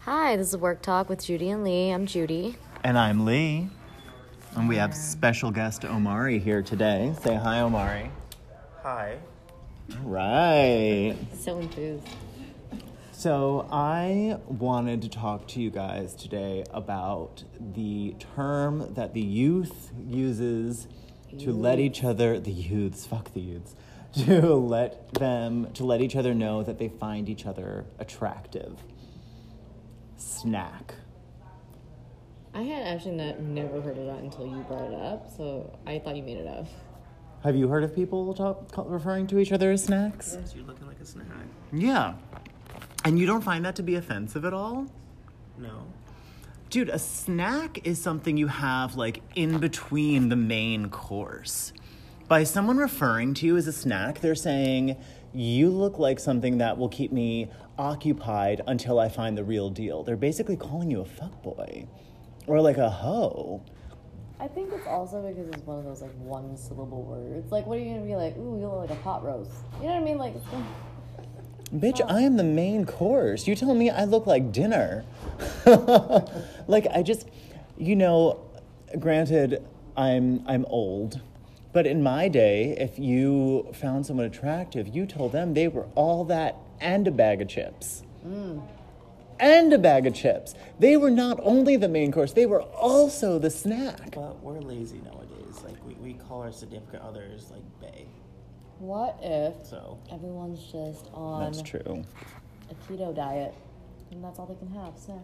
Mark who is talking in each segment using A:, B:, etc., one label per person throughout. A: Hi, this is Work Talk with Judy and Lee. I'm Judy.
B: And I'm Lee. And we have special guest Omari here today. Say hi, Omari.
C: Hi.
B: All right.
A: So enthused.
B: So, I wanted to talk to you guys today about the term that the youth uses to let each other, the youths, fuck the youths, to let them, to let each other know that they find each other attractive. Snack.
A: I had actually not, never heard of that until you brought it up, so I thought you made it up.
B: Have you heard of people talk, call, referring to each other as snacks?
C: You're looking like a snack.
B: Yeah. And you don't find that to be offensive at all?
C: No.
B: Dude, a snack is something you have like in between the main course. By someone referring to you as a snack, they're saying, you look like something that will keep me occupied until I find the real deal. They're basically calling you a fuckboy or like a hoe.
A: I think it's also because it's one of those like one syllable words. Like, what are you gonna be like? Ooh, you look like a pot roast. You know what I mean? Like,
B: Bitch, I am the main course. You tell me I look like dinner. like I just, you know, granted I'm I'm old, but in my day, if you found someone attractive, you told them they were all that and a bag of chips. And a bag of chips. They were not only the main course, they were also the snack.
C: But we're lazy nowadays. Like, we, we call our significant others, like, bae.
A: what if
C: So,
A: everyone's just on
B: That's true.
A: a keto diet and that's all they can have? Snacks.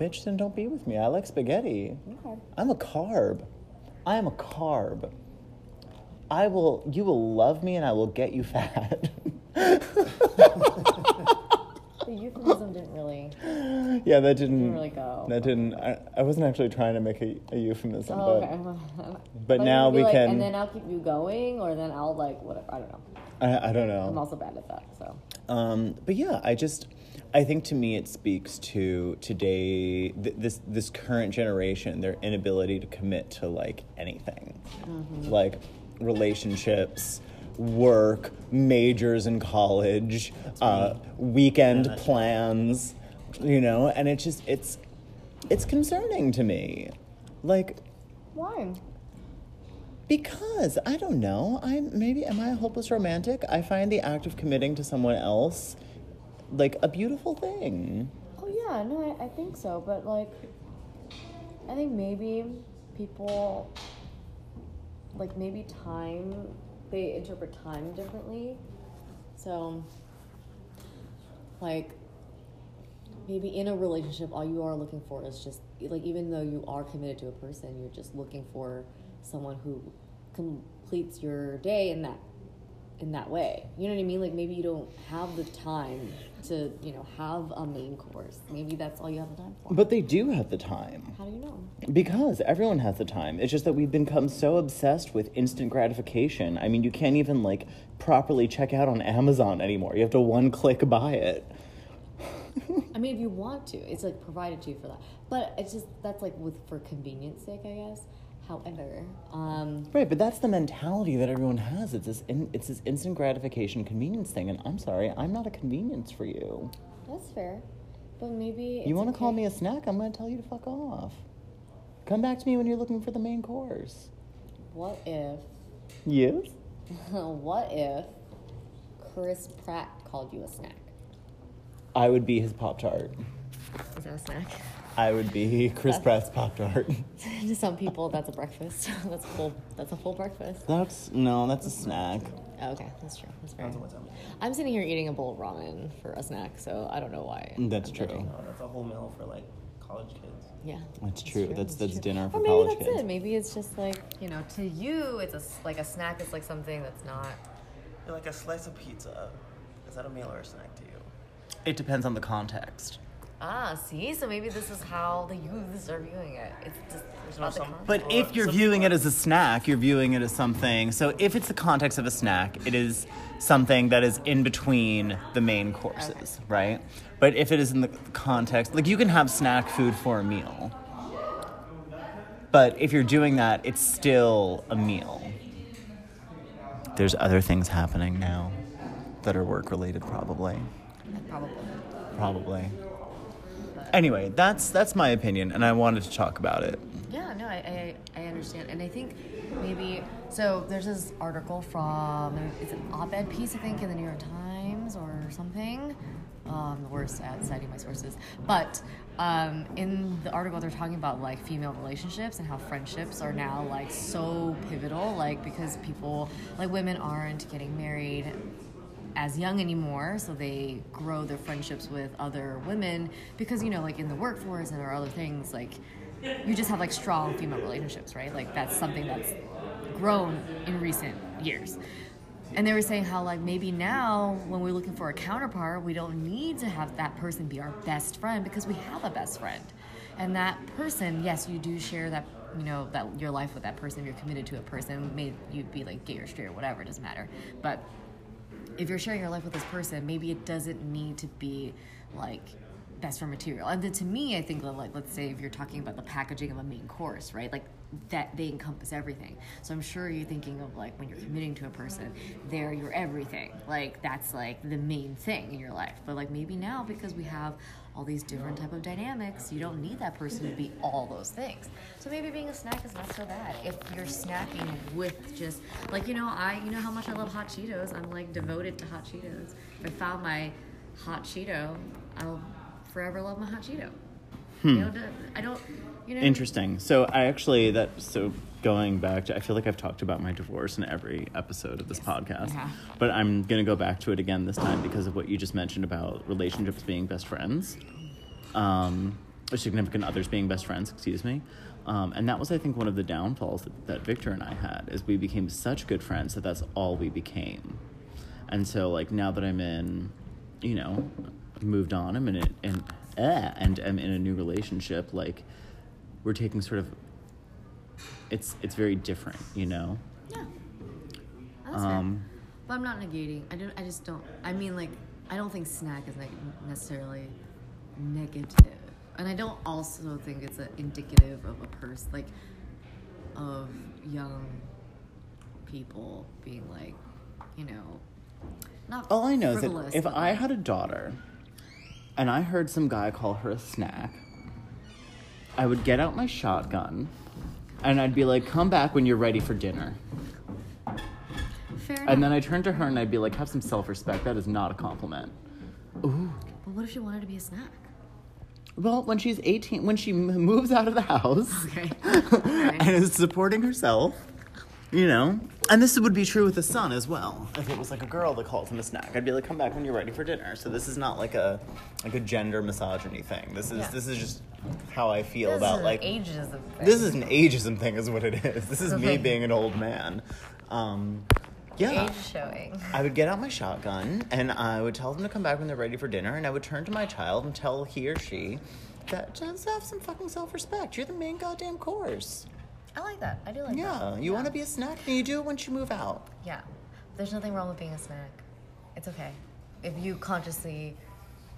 B: Bitch, then don't be with me. I like spaghetti.
A: Okay.
B: I'm a carb. I am a carb. I will, you will love me and I will get you fat.
A: The euphemism didn't really
B: yeah, that didn't,
A: really go.
B: that didn't, I, I wasn't actually trying to make a, a euphemism,
A: Oh,
B: but
A: okay.
B: but
A: you'd
B: now
A: be
B: we
A: like,
B: can-
A: And then I'll keep you going, or then I'll like whatever. I don't know.
B: I, I don't
A: I'm
B: know.
A: also bad at that, so.
B: Um, but yeah, I just, I think to me it speaks to today, th- this, this current generation, their inability to commit to like anything, like relationships, work, majors in college, uh, weekend
C: that's-
B: plans you know and it's just it's it's concerning to me like
A: Why?
B: because i don't know i maybe am i a hopeless romantic i find the act of committing to someone else like a beautiful thing
A: Oh yeah, no, I, I think so, but like, I think maybe people, like maybe time, they interpret time differently. So, like, maybe in a relationship, all you are looking for is just like even though you are committed to a person, you're just looking for someone who completes your day in that in that way. You know what I mean? Like maybe you don't have the time to, you know, have a main course. Maybe that's all you have the time for.
B: but they do have the time
A: How do you know?
B: Because everyone has the time. It's just that we've become so obsessed with instant gratification. I mean, you can't even like properly check out on Amazon anymore. You have to one click buy it.
A: I mean, if you want to, it's like provided to you for that. But it's just that's like with for convenience sake, I guess. However, um,
B: Right, but that's the mentality that everyone has. It's this in, it's this instant gratification convenience thing and I'm sorry, I'm not a convenience for you.
A: that's fair. But maybe
B: you want to
A: to
B: call me a snack? I'm going to tell you to fuck off. Come back to me when you're looking for the main course.
A: What if?
B: Yes.
A: what if Chris Pratt called you a snack?
B: I would be his pop tart.
A: Is that a snack?
B: I would be Chris Pratt's pop tart.
A: to some people, that's a breakfast. that's a full. That's a full breakfast.
B: That's no, that's a snack.
A: Oh, okay, that's true. That's fair.
C: that's what's up.
A: I'm sitting here eating a bowl of ramen for a snack, so I don't know why.
B: That's
A: I'm
B: true.
A: judging.
C: No, that's a whole meal for, like, college kids.
A: Yeah.
B: That's true. That's that's, dinner for
A: Or maybe
B: college
A: that's
B: kids.
A: it. Maybe it's just like you know, to you, it's a s- like a snack is like something that's not.
C: You're like a slice of pizza. Is that a meal or a snack to you?
B: It. depends on the context.
A: Ah, see, so maybe this is how the youths are viewing it. It's just it's about the
C: some-
A: concept.
B: But
C: Well,
B: if you're
C: some
B: viewing it
C: people-
B: as a snack, you're viewing it as something. So if it's the context of a snack, it is something that is in between the main courses, right? But if it is in the context, like you can have snack food for a meal. But if you're doing that, it's still a meal. There's other things happening now that are work related, probably.
A: probably.
B: probably. Anyway, that's that's my opinion, and I wanted to talk about it.
A: Yeah, no, I, I, I understand. And I think maybe, so there's this article from, it's an op ed piece, I think, in the New York Times or something. Um, the worst at citing my sources. But um, in the article, they're talking about like female relationships and how friendships are now like so pivotal, like because people, like women aren't getting married as young anymore, so they grow their friendships with other women because you know, like in the workforce and or other things, like you just have like strong female relationships, right? Like that's something that's grown in recent years. And they were saying how like maybe now when we're looking for a counterpart, we don't need to have that person be our best friend because we have a best friend. And that person, yes, you do share that you know that your life with that person. If you're committed to a person, may you be like gay or straight or whatever, it doesn't matter. But if you're sharing your life with this person, maybe it doesn't need to be like best for material. And then to me, I think that, like let's say if you're talking about the packaging of a main course, right? Like that they encompass everything. So I'm sure you're thinking of like when you're committing to a person, they're your everything. Like that's like the main thing in your life. But like maybe now because we have all these different type of dynamics, you don't need that person to be all those things. So maybe being a snack is not so bad if you're snacking with just like you know I you know how much I love hot Cheetos. I'm like devoted to hot Cheetos. If I found my hot Cheeto, I'll forever love my hot Cheeto. You know, I don't. You know,
B: Interesting. So I actually that so going back to I feel like I've talked about my divorce in every episode of this podcast.
A: Yeah.
B: But I'm going to go back to it again this time because of what you just mentioned about relationships being best friends. Um or significant others being best friends, excuse me. Um, and that was, I think, one of the downfalls that, that Victor and I had is we became such good friends that that's all we became. And so, like now that I'm in, you know, I've moved on, I'm in it, and eh, and I'm in a new relationship. Like we're taking sort of, it's it's very different, you know.
A: Yeah. Oh, that's
B: Um,
A: fair. But I'm not negating. I don't. I just don't. I mean, like, I don't think snack is neg- necessarily negative, and I don't also think it's a indicative of a person, like, of young people being like, you know, not.
B: All I know is
A: frivolous,
B: that if
A: but,
B: I
A: like-
B: had a daughter, and I heard some guy call her a snack, I would get out my shotgun, and I'd be like, "Come back when you're ready for dinner."
A: fair enough.
B: And then I turned to her and I'd be like, "Have some self-respect. That is not a compliment."
A: but what if she wanted to be a snack?
B: Well, when she's 18, when she m- moves out of the house
A: Okay.
B: and is supporting herself, you know. And this would be true with the son as well. If it was like a girl that calls him a snack, I'd be like, "Come back when you're ready for dinner." So this is not like a like a gender misogyny thing. This is
A: Yeah.
B: this is just how I feel
A: This
B: about
A: is
B: like
A: ageism. thing.
B: this is an ageism thing, is what it is. This is me
A: Okay.
B: being an old man. Um, yeah.
A: age showing.
B: I would get out my shotgun and I would tell them to come back when they're ready for dinner, and I would turn to my child and tell he or she that just have some fucking self respect. You're the main goddamn course.
A: I like that. I do like that.
B: Yeah, you want to be a snack and you do it once you move out.
A: Yeah. There's nothing wrong with being a snack. It's okay. If you consciously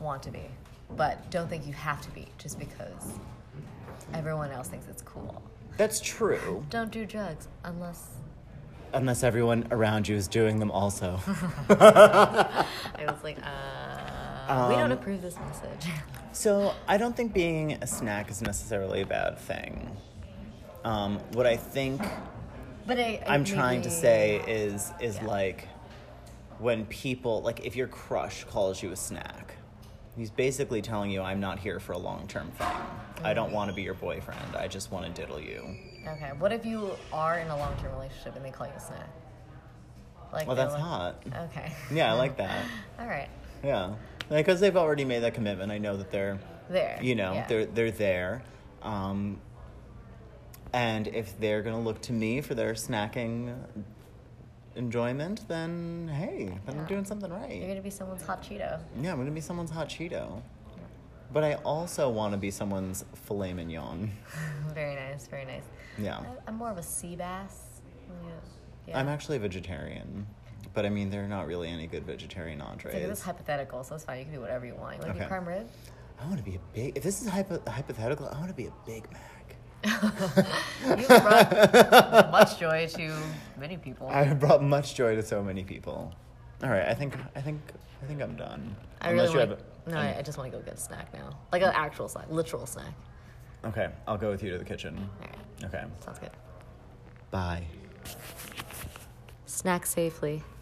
A: want to be, but don't think you have to be just because everyone else thinks it's cool.
B: That's true.
A: Don't do drugs unless
B: Unless everyone around you is doing them also.
A: I was like, uh,
B: Um,
A: we don't approve this message.
B: So I don't think being a snack is necessarily a bad thing. Um, what I think
A: but I, I
B: I'm trying to
A: maybe-
B: say is is
A: Yeah.
B: like when people like if your crush calls you a snack, he's basically telling you I'm not here for a long term thing. I
A: Mm.
B: don't want to be your boyfriend. I just want to diddle you.
A: Okay, what if you are in a long term relationship and they call you a snack? Like,
B: Well,
A: they're
B: that's
A: like-
B: hot.
A: Okay.
B: Yeah, I like that.
A: All right.
B: Yeah, because they've already made that commitment. I know that they're
A: There.
B: you know
A: Yeah.
B: they're they're there um, and if they're gonna look to me for their snacking enjoyment then hey then i'm
A: Yeah.
B: doing something right
A: You're gonna be someone's hot Cheeto.
B: yeah i'm gonna be someone's hot cheeto but i also want to be someone's filet mignon
A: Very nice, very nice.
B: yeah
A: I- I'm more of a sea bass. Yeah. Oh, yeah.
B: Oh. i'm actually a vegetarian but i mean there are not really any good vegetarian
A: It's like, this is
B: entrees
A: hypothetical, so it's fine. You can do whatever you want. You want to
B: Okay.
A: do prime rib?
B: i want to be a big if this is hypo- hypothetical i want to be a big mac
A: You brought much joy to many people.
B: I have brought much joy to so many people. All right, I think I think I think I'm done.
A: I
B: Unless
A: really
B: you
A: wanna-
B: have
A: No, I, I just want to go get a snack now. Like an actual snack, literal snack.
B: Okay, I'll go with you to the kitchen.
A: All right.
B: Okay.
A: Sounds good.
B: Bye.
A: Snack safely.